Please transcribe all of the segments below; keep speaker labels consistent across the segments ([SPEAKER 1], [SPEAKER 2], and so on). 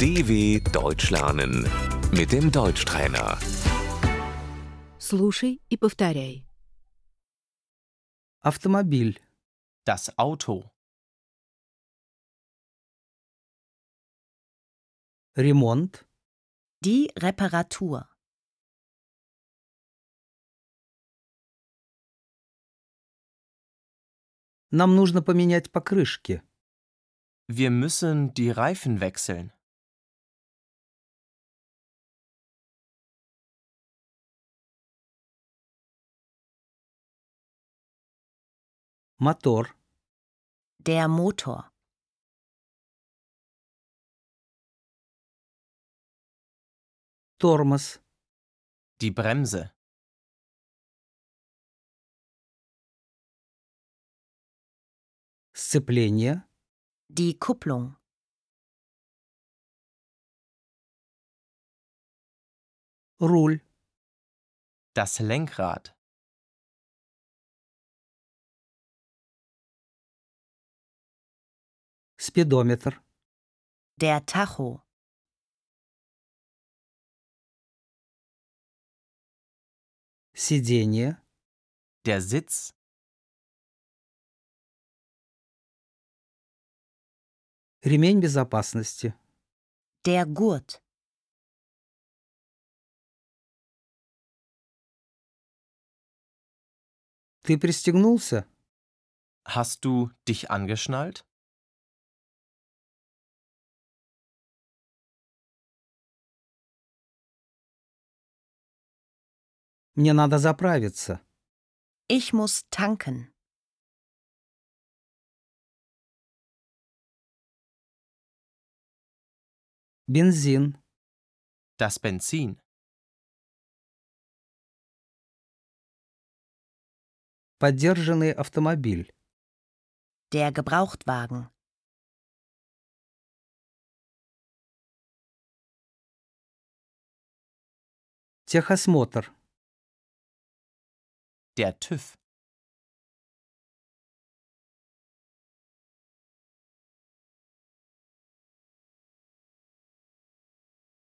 [SPEAKER 1] DW Deutsch lernen mit dem Deutschtrainer.
[SPEAKER 2] Слушай и повторяй.
[SPEAKER 3] Автомобиль.
[SPEAKER 4] Das Auto.
[SPEAKER 3] Ремонт.
[SPEAKER 5] Die Reparatur.
[SPEAKER 3] Нам нужно поменять покрышки.
[SPEAKER 4] Wir müssen die Reifen wechseln.
[SPEAKER 3] Мотор.
[SPEAKER 5] Der Motor.
[SPEAKER 3] Тормоз.
[SPEAKER 4] Die Bremse.
[SPEAKER 3] Сцепление.
[SPEAKER 5] Die Kupplung.
[SPEAKER 3] Руль.
[SPEAKER 4] Das Lenkrad.
[SPEAKER 3] Спидометр.
[SPEAKER 5] Der Tacho.
[SPEAKER 3] Сиденье.
[SPEAKER 4] Der Sitz.
[SPEAKER 3] Ремень безопасности.
[SPEAKER 5] Der Gurt.
[SPEAKER 3] Ты пристегнулся?
[SPEAKER 4] Hast du dich angeschnallt?
[SPEAKER 3] Мне надо заправиться.
[SPEAKER 5] Ich muss tanken.
[SPEAKER 3] Бензин.
[SPEAKER 4] Das Benzin.
[SPEAKER 3] Поддержанный автомобиль.
[SPEAKER 5] Der Gebrauchtwagen.
[SPEAKER 3] Техосмотр.
[SPEAKER 4] Der TÜV.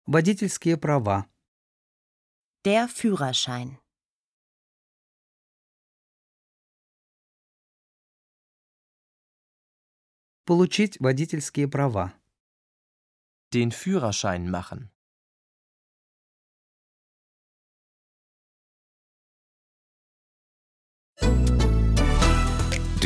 [SPEAKER 3] Водительские права.
[SPEAKER 5] Der Führerschein.
[SPEAKER 3] Получить водительские права.
[SPEAKER 4] Den Führerschein machen.